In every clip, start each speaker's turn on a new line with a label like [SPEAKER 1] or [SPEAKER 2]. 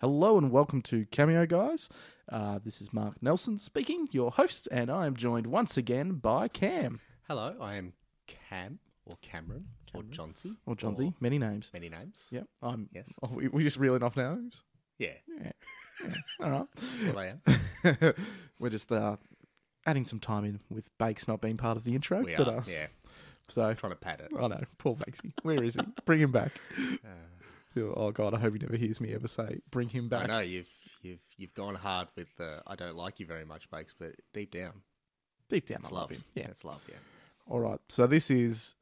[SPEAKER 1] Hello and welcome to Cameo Guys. Uh, this is Mark Nelson speaking, your host, and I am joined once again by Cam
[SPEAKER 2] Hello, I am Cam or Cameron, or Johnsy
[SPEAKER 1] or Johnsy, many names.
[SPEAKER 2] Many names.
[SPEAKER 1] Yep, I'm.
[SPEAKER 2] Oh. Yes.
[SPEAKER 1] Oh, we, we just reeling off now. Oops.
[SPEAKER 2] Yeah.
[SPEAKER 1] All right.
[SPEAKER 2] That's what I am.
[SPEAKER 1] We're just uh, adding some time in with Bakes not being part of the intro.
[SPEAKER 2] We
[SPEAKER 1] but,
[SPEAKER 2] are.
[SPEAKER 1] Uh,
[SPEAKER 2] Yeah.
[SPEAKER 1] So
[SPEAKER 2] Trying to pad it.
[SPEAKER 1] I know, poor Bakesy. Where is he? Bring him back. Oh God, I hope he never hears me ever say "bring him
[SPEAKER 2] Uh. I
[SPEAKER 1] back."
[SPEAKER 2] know you've you've you've gone hard with the I don't like you very much, Bakes, but deep down,
[SPEAKER 1] Deep down,
[SPEAKER 2] it's
[SPEAKER 1] I love
[SPEAKER 2] love.
[SPEAKER 1] him. Yeah.
[SPEAKER 2] It's love, yeah.
[SPEAKER 1] All right. So this is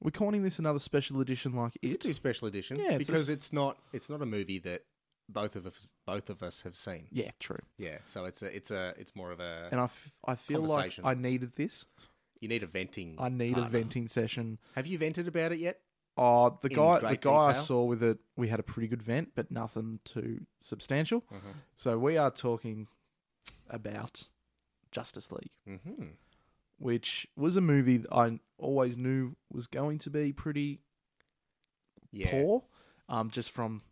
[SPEAKER 1] we're calling this another special edition, like
[SPEAKER 2] You
[SPEAKER 1] it.
[SPEAKER 2] do special edition
[SPEAKER 1] Yeah, it's a
[SPEAKER 2] because
[SPEAKER 1] s-
[SPEAKER 2] it's not it's not a movie that both of us both of us have seen.
[SPEAKER 1] Yeah, true.
[SPEAKER 2] Yeah. So it's a it's a it's more of a
[SPEAKER 1] And I, f- I feel like
[SPEAKER 2] Conversation.
[SPEAKER 1] I needed this.
[SPEAKER 2] you need a venting.
[SPEAKER 1] I need a
[SPEAKER 2] partner.
[SPEAKER 1] venting session.
[SPEAKER 2] Have you vented about it yet?
[SPEAKER 1] Oh, the
[SPEAKER 2] In
[SPEAKER 1] guy, the guy
[SPEAKER 2] great
[SPEAKER 1] I
[SPEAKER 2] detail.
[SPEAKER 1] saw with it, we had a pretty good vent, but nothing too substantial.
[SPEAKER 2] Mm-hmm.
[SPEAKER 1] So we are talking about Justice League,
[SPEAKER 2] Mm-hmm.
[SPEAKER 1] which was a movie that I always knew was going to be pretty
[SPEAKER 2] Yeah.
[SPEAKER 1] poor, um, just from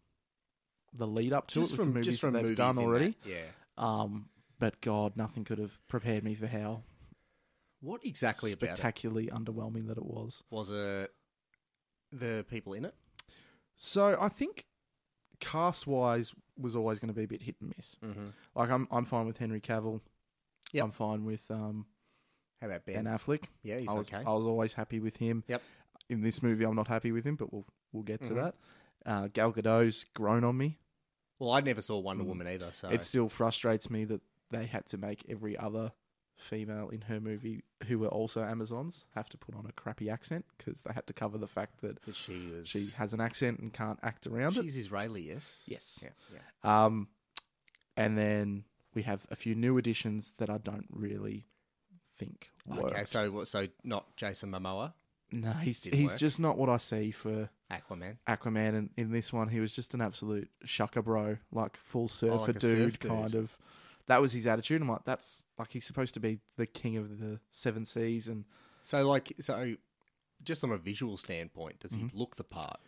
[SPEAKER 1] the lead up to it,
[SPEAKER 2] Just
[SPEAKER 1] with
[SPEAKER 2] from
[SPEAKER 1] the movies
[SPEAKER 2] just from
[SPEAKER 1] that they've
[SPEAKER 2] movies
[SPEAKER 1] done
[SPEAKER 2] in
[SPEAKER 1] already.
[SPEAKER 2] that, Yeah.
[SPEAKER 1] Um, but God, nothing could have prepared me for how
[SPEAKER 2] What exactly about it?
[SPEAKER 1] spectacularly underwhelming that it was.
[SPEAKER 2] Was it the people in it?
[SPEAKER 1] So I think cast wise was always going to be a bit hit and miss.
[SPEAKER 2] Mm-hmm.
[SPEAKER 1] Like I'm I'm fine with Henry Cavill.
[SPEAKER 2] Yep.
[SPEAKER 1] I'm fine with um,
[SPEAKER 2] How about Ben?
[SPEAKER 1] Ben Affleck.
[SPEAKER 2] yeah, he's
[SPEAKER 1] uh, I was
[SPEAKER 2] okay.
[SPEAKER 1] I was always happy with him.
[SPEAKER 2] Yep.
[SPEAKER 1] In this movie, I'm not happy with him, but we'll we'll get to
[SPEAKER 2] Mhm.
[SPEAKER 1] that. Uh, Gal Gadot's grown on me.
[SPEAKER 2] well, I never saw Wonder
[SPEAKER 1] Mm.
[SPEAKER 2] Woman either, so
[SPEAKER 1] It still frustrates me that they had to make every other female in her movie who were also Amazons have to put on a crappy accent because they had to cover the fact that
[SPEAKER 2] that she was
[SPEAKER 1] she has an accent and can't act around it.
[SPEAKER 2] she's Israeli, yes,
[SPEAKER 1] Yes.
[SPEAKER 2] yeah, yeah.
[SPEAKER 1] Um, and then we have a few new additions that I don't really think work.
[SPEAKER 2] Okay, so what- so not Jason Momoa,
[SPEAKER 1] no, he's
[SPEAKER 2] Didn't
[SPEAKER 1] he's
[SPEAKER 2] work.
[SPEAKER 1] just not what I see for
[SPEAKER 2] Aquaman.
[SPEAKER 1] Aquaman. And in this one, he was just an absolute shucker bro, like full surfer
[SPEAKER 2] Oh, like a surf
[SPEAKER 1] dude,
[SPEAKER 2] dude.
[SPEAKER 1] kind of. That was his attitude. I'm like, that's like he's supposed to be the king of the seven seas, and
[SPEAKER 2] So like so, just on a visual standpoint, does
[SPEAKER 1] Mm-hmm.
[SPEAKER 2] he look the part?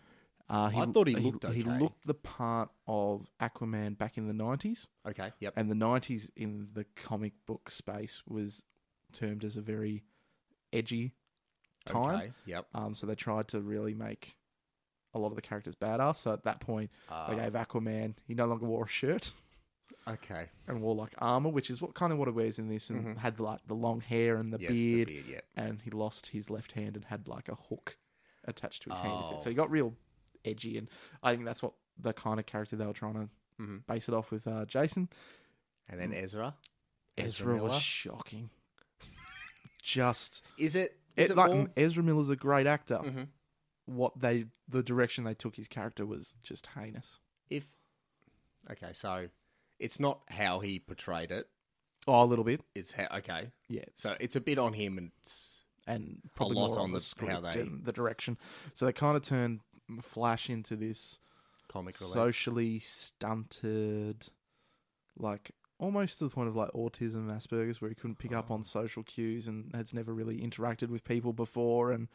[SPEAKER 1] uh, he,
[SPEAKER 2] I thought he looked
[SPEAKER 1] he
[SPEAKER 2] okay.
[SPEAKER 1] looked the part of Aquaman back in the '90s,
[SPEAKER 2] Okay, yep.
[SPEAKER 1] and the '90s in the comic book space was termed as a very edgy time.
[SPEAKER 2] Okay, yep.
[SPEAKER 1] Um, so they tried to really make a lot of the characters badass. So at that point,
[SPEAKER 2] Uh,
[SPEAKER 1] they gave Aquaman he no longer wore a shirt
[SPEAKER 2] okay.
[SPEAKER 1] and wore like armor, which is what kind of what it wears in this, and had like the long hair and the,
[SPEAKER 2] Mm-hmm. yes,
[SPEAKER 1] beard,
[SPEAKER 2] the beard. Yep.
[SPEAKER 1] and he lost his left hand and had like a hook attached to his hand. instead.
[SPEAKER 2] Oh.
[SPEAKER 1] So he got real edgy, and I think that's what the kind of character they were trying to
[SPEAKER 2] Mhm.
[SPEAKER 1] base it off with. Uh, Jason
[SPEAKER 2] And then Ezra. Ezra
[SPEAKER 1] Mm. Ezra, was
[SPEAKER 2] Miller.
[SPEAKER 1] shocking. Just
[SPEAKER 2] Is it? Is
[SPEAKER 1] it,
[SPEAKER 2] it,
[SPEAKER 1] like
[SPEAKER 2] more-
[SPEAKER 1] Ezra Miller's a great actor.
[SPEAKER 2] Mhm.
[SPEAKER 1] What they the direction they took his character was just heinous.
[SPEAKER 2] if? Okay, so it's not how he portrayed it.
[SPEAKER 1] Oh, a little bit,
[SPEAKER 2] It's how okay.
[SPEAKER 1] yeah.
[SPEAKER 2] So it's a bit on him, and it's,
[SPEAKER 1] and probably
[SPEAKER 2] lot
[SPEAKER 1] more
[SPEAKER 2] on
[SPEAKER 1] on the,
[SPEAKER 2] the-
[SPEAKER 1] script
[SPEAKER 2] how they-
[SPEAKER 1] and the direction. So they kind of turned Flash into this
[SPEAKER 2] comic relief.
[SPEAKER 1] socially stunted, like almost to the point of like autism, Asperger's, where he couldn't pick
[SPEAKER 2] Oh.
[SPEAKER 1] up on social cues and has never really interacted with people before, and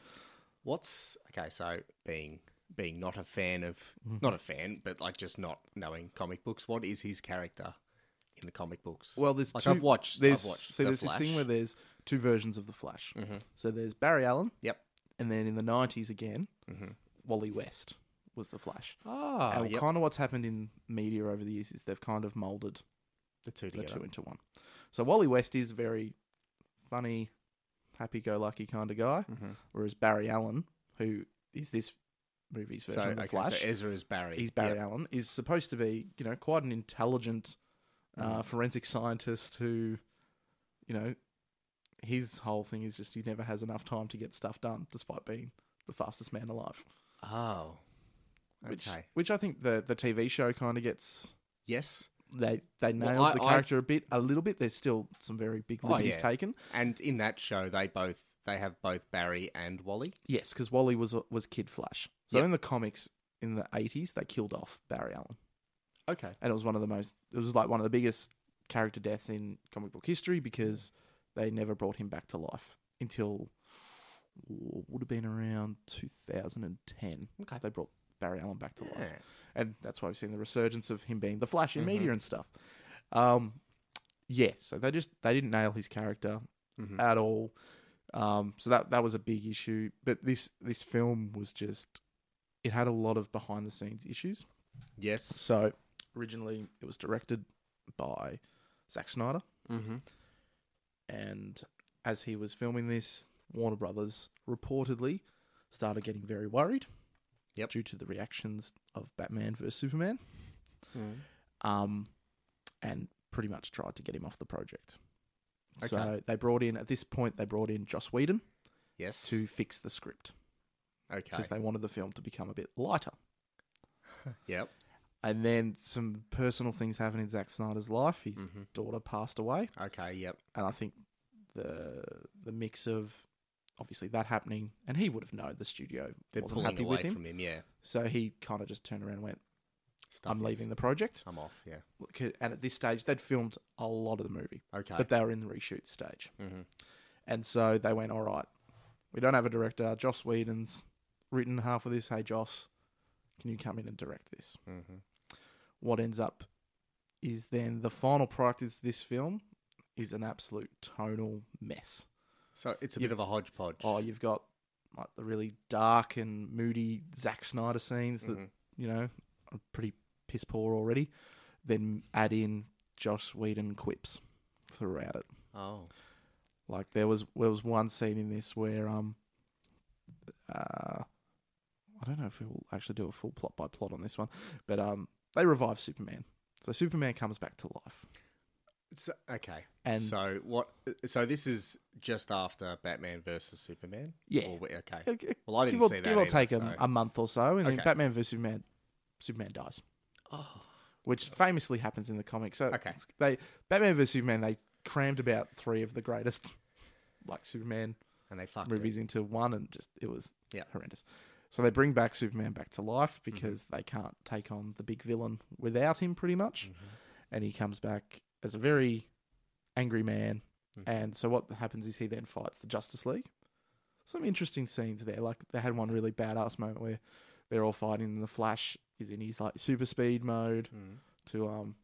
[SPEAKER 2] What's okay? So being being not a fan of
[SPEAKER 1] Mm-hmm.
[SPEAKER 2] not a fan, but like just not knowing comic books. What is his character in the comic books?
[SPEAKER 1] Well, there's
[SPEAKER 2] like
[SPEAKER 1] two.
[SPEAKER 2] I've watched.
[SPEAKER 1] There's,
[SPEAKER 2] I've watched
[SPEAKER 1] so
[SPEAKER 2] The
[SPEAKER 1] there's this thing
[SPEAKER 2] Flash. Mm-hmm.
[SPEAKER 1] where there's two versions of the Flash. So there's Barry Allen,
[SPEAKER 2] Yep. Mm-hmm.
[SPEAKER 1] and then in the '90s again, Wally West was the Flash.
[SPEAKER 2] Ah,
[SPEAKER 1] and
[SPEAKER 2] yep.
[SPEAKER 1] kind of what's happened in media over the years is they've kind of molded
[SPEAKER 2] the two
[SPEAKER 1] the
[SPEAKER 2] together.
[SPEAKER 1] two into one. So Wally West is very funny, happy-go-lucky kind of guy,
[SPEAKER 2] Mm-hmm.
[SPEAKER 1] whereas Barry Allen, who is this movie's version
[SPEAKER 2] So
[SPEAKER 1] of the
[SPEAKER 2] okay,
[SPEAKER 1] Flash,
[SPEAKER 2] so Ezra is Barry.
[SPEAKER 1] he's Barry
[SPEAKER 2] Yep.
[SPEAKER 1] Allen, is supposed to be, you know, quite an intelligent
[SPEAKER 2] Mm.
[SPEAKER 1] uh, forensic scientist who, you know, his whole thing is just he never has enough time to get stuff done, despite being the fastest man alive.
[SPEAKER 2] Oh,
[SPEAKER 1] Which,
[SPEAKER 2] Okay.
[SPEAKER 1] which I think the the TV show kind of gets
[SPEAKER 2] yes.
[SPEAKER 1] they they nailed
[SPEAKER 2] I-
[SPEAKER 1] the
[SPEAKER 2] I-
[SPEAKER 1] character a bit, a little bit. There's still some very big
[SPEAKER 2] Oh,
[SPEAKER 1] liberties
[SPEAKER 2] yeah.
[SPEAKER 1] taken.
[SPEAKER 2] And in that show, they both they have both Barry and Wally.
[SPEAKER 1] Yes, because Wally was was Kid Flash. So
[SPEAKER 2] Yep.
[SPEAKER 1] in the comics in the 80s, they killed off Barry Allen.
[SPEAKER 2] Okay.
[SPEAKER 1] and it was one of the most it was like one of the biggest character deaths in comic book history because they never brought him back to life until would have been around 2010
[SPEAKER 2] Okay.
[SPEAKER 1] they brought Barry Allen back to life.
[SPEAKER 2] Yeah. Mm-hmm.
[SPEAKER 1] And that's why we've seen the resurgence of him being the Flash in media and stuff. Um, yeah, so they just they didn't nail his character
[SPEAKER 2] Mhm.
[SPEAKER 1] at all. Um, so that that was a big issue. But this this film was just it had a lot of behind the scenes issues.
[SPEAKER 2] Yes.
[SPEAKER 1] So originally it was directed by Zack Snyder,
[SPEAKER 2] Mm-hmm.
[SPEAKER 1] and as he was filming this, Warner Brothers reportedly started getting very worried.
[SPEAKER 2] Yep.
[SPEAKER 1] Due to the reactions of Batman versus Superman. um, and pretty much tried to get him off the project. So
[SPEAKER 2] Okay.
[SPEAKER 1] they brought in at this point they brought in Joss Whedon
[SPEAKER 2] Yes.
[SPEAKER 1] to fix the script
[SPEAKER 2] Okay.
[SPEAKER 1] because they wanted the film to become a bit lighter.
[SPEAKER 2] Yep.
[SPEAKER 1] And then some personal things happened in Zack Snyder's life. His
[SPEAKER 2] Mhm.
[SPEAKER 1] daughter passed away,
[SPEAKER 2] Okay. Yep.
[SPEAKER 1] and I think the the mix of obviously that happening, and he would have known the studio
[SPEAKER 2] They're
[SPEAKER 1] wasn't
[SPEAKER 2] pulling
[SPEAKER 1] happy
[SPEAKER 2] away
[SPEAKER 1] with him,
[SPEAKER 2] from him. Yeah.
[SPEAKER 1] so he kind of just turned around and went,
[SPEAKER 2] Stuff
[SPEAKER 1] "I'm
[SPEAKER 2] is-
[SPEAKER 1] leaving the project."
[SPEAKER 2] I'm off. Yeah.
[SPEAKER 1] And at this stage, they'd filmed a lot of the movie,
[SPEAKER 2] Okay.
[SPEAKER 1] but they were in the reshoot stage.
[SPEAKER 2] Mhm.
[SPEAKER 1] And so they went, all right, we don't have a director. Joss Whedon's written half of this. Hey, Joss, can you come in and direct this?
[SPEAKER 2] Mhm.
[SPEAKER 1] What ends up is then the final product of this film is an absolute tonal mess.
[SPEAKER 2] So it's a
[SPEAKER 1] You-
[SPEAKER 2] bit of a hodgepodge.
[SPEAKER 1] Oh, you've got like the really dark and moody Zack Snyder scenes that,
[SPEAKER 2] Mhm.
[SPEAKER 1] you know, are pretty piss poor already. Then add in Joss Whedon quips throughout it.
[SPEAKER 2] Oh.
[SPEAKER 1] Like there was there was one scene in this where um uh I don't know if we'll actually do a full plot by plot on this one, but um they revive Superman. So Superman comes back to life.
[SPEAKER 2] So, okay.
[SPEAKER 1] And
[SPEAKER 2] so what? So this is just after Batman versus Superman.
[SPEAKER 1] Yeah.
[SPEAKER 2] Or, we- okay.
[SPEAKER 1] uh, g-
[SPEAKER 2] Well, I didn't
[SPEAKER 1] give or,
[SPEAKER 2] see that.
[SPEAKER 1] give or
[SPEAKER 2] either,
[SPEAKER 1] take a,
[SPEAKER 2] so-
[SPEAKER 1] a month or so, and then
[SPEAKER 2] Okay.
[SPEAKER 1] Batman vs Superman Superman dies.
[SPEAKER 2] Oh.
[SPEAKER 1] Which famously happens in the comics. So
[SPEAKER 2] Okay.
[SPEAKER 1] it's- they Batman vs Superman they crammed about three of the greatest like Superman
[SPEAKER 2] And they fucked
[SPEAKER 1] movies into one, and just it was
[SPEAKER 2] Yeah.
[SPEAKER 1] horrendous. So they bring back Superman back to life because they can't take on the big villain without him, pretty much. And he comes back as a very angry man. And so what happens is he then fights the Justice League. Some interesting scenes there. Like they had one really badass moment where they're all fighting, and the Flash is in his like super speed mode
[SPEAKER 2] It. Mm.
[SPEAKER 1] to um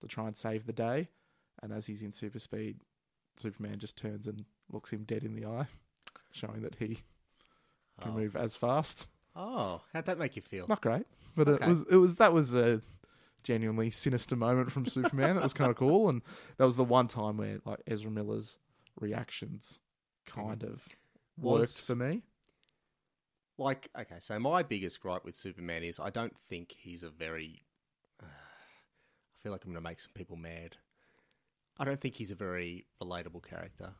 [SPEAKER 1] to try and save the day. And as he's in super speed, Superman just turns and looks him dead in the eye, showing that he can
[SPEAKER 2] Oh.
[SPEAKER 1] move as fast.
[SPEAKER 2] Oh, how'd that make you feel?
[SPEAKER 1] Not great, but
[SPEAKER 2] Okay.
[SPEAKER 1] it was it was that was a genuinely sinister moment from Superman. that was kind of cool, and that was the one time where like Ezra Miller's reactions kind of worked
[SPEAKER 2] Was-
[SPEAKER 1] for me.
[SPEAKER 2] Like, okay, so my biggest gripe with Superman is I don't think he's a very. I feel like I'm going to make some people mad. I don't think he's a very relatable character.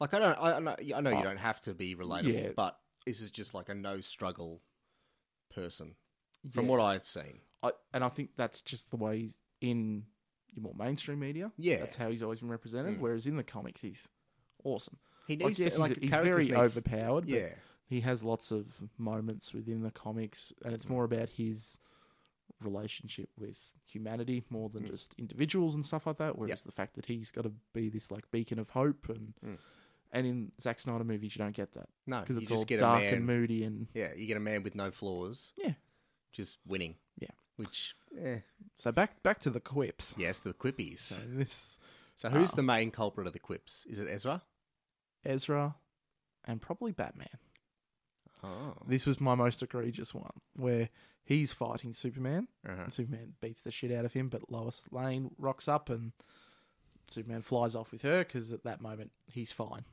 [SPEAKER 2] Like, I don't. I, I know, I know you
[SPEAKER 1] Oh.
[SPEAKER 2] don't have to be relatable,
[SPEAKER 1] Yeah.
[SPEAKER 2] but this is just like a no struggle person
[SPEAKER 1] Yeah.
[SPEAKER 2] from what I've seen.
[SPEAKER 1] I, and I think that's just the way he's in your more mainstream media.
[SPEAKER 2] Yeah. Mm.
[SPEAKER 1] that's how he's always been represented. Whereas in the comics, he's awesome.
[SPEAKER 2] He
[SPEAKER 1] I
[SPEAKER 2] needs
[SPEAKER 1] guess
[SPEAKER 2] to, like,
[SPEAKER 1] he's, he's very
[SPEAKER 2] characters need-
[SPEAKER 1] overpowered. but
[SPEAKER 2] Yeah.
[SPEAKER 1] he has lots of moments within the comics, and it's more about his relationship with humanity more than just individuals and stuff like that. Whereas the fact that he's got to be this like beacon of hope, and
[SPEAKER 2] Mm.
[SPEAKER 1] and in Zack Snyder movies, you don't get that
[SPEAKER 2] No,
[SPEAKER 1] because
[SPEAKER 2] you
[SPEAKER 1] it's
[SPEAKER 2] just
[SPEAKER 1] all
[SPEAKER 2] get
[SPEAKER 1] dark
[SPEAKER 2] a man.
[SPEAKER 1] and moody and
[SPEAKER 2] Yeah, you get a man with no flaws.
[SPEAKER 1] Yeah.
[SPEAKER 2] Just winning.
[SPEAKER 1] Yeah.
[SPEAKER 2] Which, eh.
[SPEAKER 1] so back back to the quips.
[SPEAKER 2] yes, the quippies.
[SPEAKER 1] So this
[SPEAKER 2] So who's
[SPEAKER 1] Ah.
[SPEAKER 2] the main culprit of the quips? Is it Ezra?
[SPEAKER 1] Ezra and probably Batman.
[SPEAKER 2] Oh.
[SPEAKER 1] This was my most egregious one where he's fighting Superman.
[SPEAKER 2] Uh-huh.
[SPEAKER 1] And Superman beats the shit out of him, but Lois Lane rocks up and Superman flies off with her because at that moment he's fine.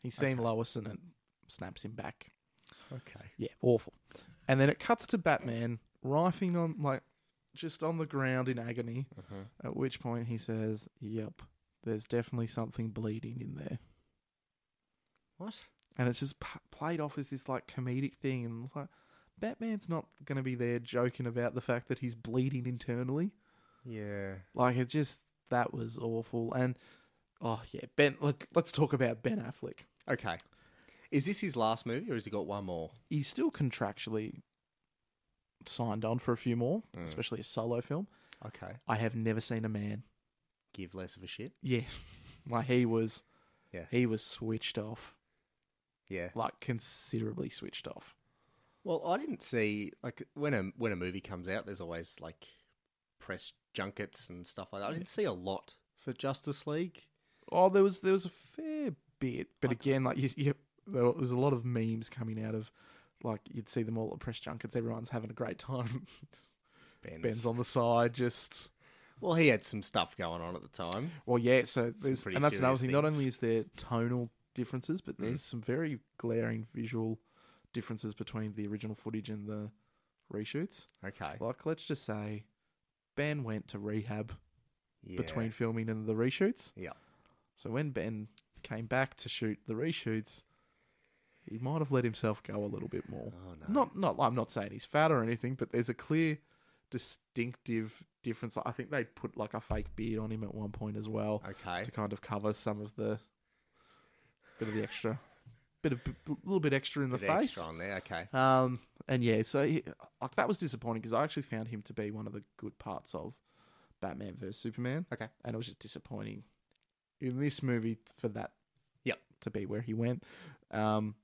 [SPEAKER 1] He's seen Lois and it snaps him back.
[SPEAKER 2] Okay.
[SPEAKER 1] Yeah, awful. And then it cuts to Batman rifing on, like, just on the ground in agony,
[SPEAKER 2] Uh-huh.
[SPEAKER 1] at which point he says, Yep, there's definitely something bleeding in there.
[SPEAKER 2] What?
[SPEAKER 1] And it's just p- played off as this, like, comedic thing. And it's like, Batman's not going to be there joking about the fact that he's bleeding internally.
[SPEAKER 2] Yeah.
[SPEAKER 1] Like it just that was awful. And oh yeah, Ben. Let, let's talk about Ben Affleck.
[SPEAKER 2] Okay. Is this his last movie, or has he got one more?
[SPEAKER 1] He's still contractually signed on for a few more, especially a solo film.
[SPEAKER 2] Okay.
[SPEAKER 1] I have never seen a man.
[SPEAKER 2] Give less of a shit.
[SPEAKER 1] Yeah, like he was.
[SPEAKER 2] Yeah.
[SPEAKER 1] he was switched off,
[SPEAKER 2] Yeah.
[SPEAKER 1] like considerably switched off.
[SPEAKER 2] Well, I didn't see like when a when a movie comes out, there's always like press junkets and stuff like that. I didn't see a lot for Justice League.
[SPEAKER 1] Oh, there was there was a fair bit, but
[SPEAKER 2] I-
[SPEAKER 1] again, like you, you, there was a lot of memes coming out of, like you'd see them all at press junkets. Everyone's having a great time.
[SPEAKER 2] Ben's.
[SPEAKER 1] Ben's on the side, just
[SPEAKER 2] Well, he had some stuff going on at the time.
[SPEAKER 1] well, yeah. So there's,
[SPEAKER 2] pretty
[SPEAKER 1] and that's another
[SPEAKER 2] serious
[SPEAKER 1] thing. Not
[SPEAKER 2] things. Mm-hmm.
[SPEAKER 1] only is there tonal differences, but there's some very glaring visual differences between the original footage and the reshoots.
[SPEAKER 2] Okay.
[SPEAKER 1] Like, let's just say, Ben went to rehab
[SPEAKER 2] Yeah.
[SPEAKER 1] between filming and the reshoots.
[SPEAKER 2] Yeah.
[SPEAKER 1] So when Ben came back to shoot the reshoots, he might have let himself go a little bit more.
[SPEAKER 2] Oh no.
[SPEAKER 1] Not, not. I'm not saying he's fat or anything, but there's a clear, distinctive difference. I think they put like a fake beard on him at one point as well
[SPEAKER 2] Okay.
[SPEAKER 1] to kind of cover some of the bit of the extra, bit of a little bit extra in the
[SPEAKER 2] Bit
[SPEAKER 1] face.
[SPEAKER 2] extra on there. Okay.
[SPEAKER 1] Um, and yeah, so he, like that was disappointing because I actually found him to be one of the good parts of Batman vs Superman.
[SPEAKER 2] Okay.
[SPEAKER 1] and it was just disappointing in this movie for that.
[SPEAKER 2] Yep.
[SPEAKER 1] to be where he went. Um,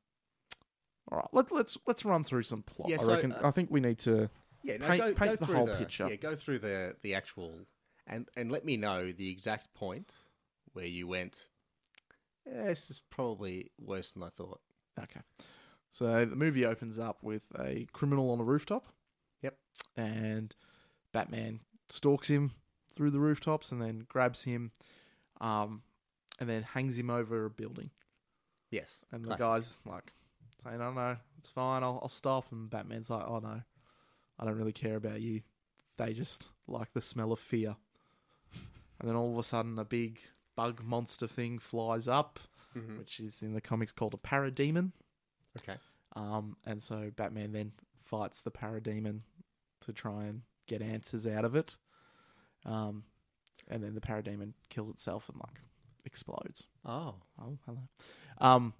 [SPEAKER 1] all right, let, let's let's run through some plot.
[SPEAKER 2] Yeah,
[SPEAKER 1] I
[SPEAKER 2] so,
[SPEAKER 1] reckon
[SPEAKER 2] uh,
[SPEAKER 1] I think we need to.
[SPEAKER 2] Yeah. No,
[SPEAKER 1] Paint-
[SPEAKER 2] go,
[SPEAKER 1] paint
[SPEAKER 2] go
[SPEAKER 1] the
[SPEAKER 2] through
[SPEAKER 1] whole picture.
[SPEAKER 2] Yeah. Go through the the actual and and let me know the exact point where you went. Yeah, this is probably worse than I thought.
[SPEAKER 1] Okay, so the movie opens up with a criminal on a rooftop.
[SPEAKER 2] Yep.
[SPEAKER 1] and Batman stalks him through the rooftops and then grabs him, um, and then hangs him over a building.
[SPEAKER 2] Yes.
[SPEAKER 1] And
[SPEAKER 2] classic.
[SPEAKER 1] the guy's like saying, "Oh no, it's fine. I'll, I'll stop." And Batman's like, "Oh no, I don't really care about you. They just like the smell of fear." And then all of a sudden, a big bug monster thing flies up,
[SPEAKER 2] Mhm.
[SPEAKER 1] which is in the comics called a parademon.
[SPEAKER 2] Okay.
[SPEAKER 1] Um, and so Batman then fights the parademon to try and get answers out of it. Um, and then the parademon kills itself and like explodes.
[SPEAKER 2] Oh.
[SPEAKER 1] Oh, hello. Um,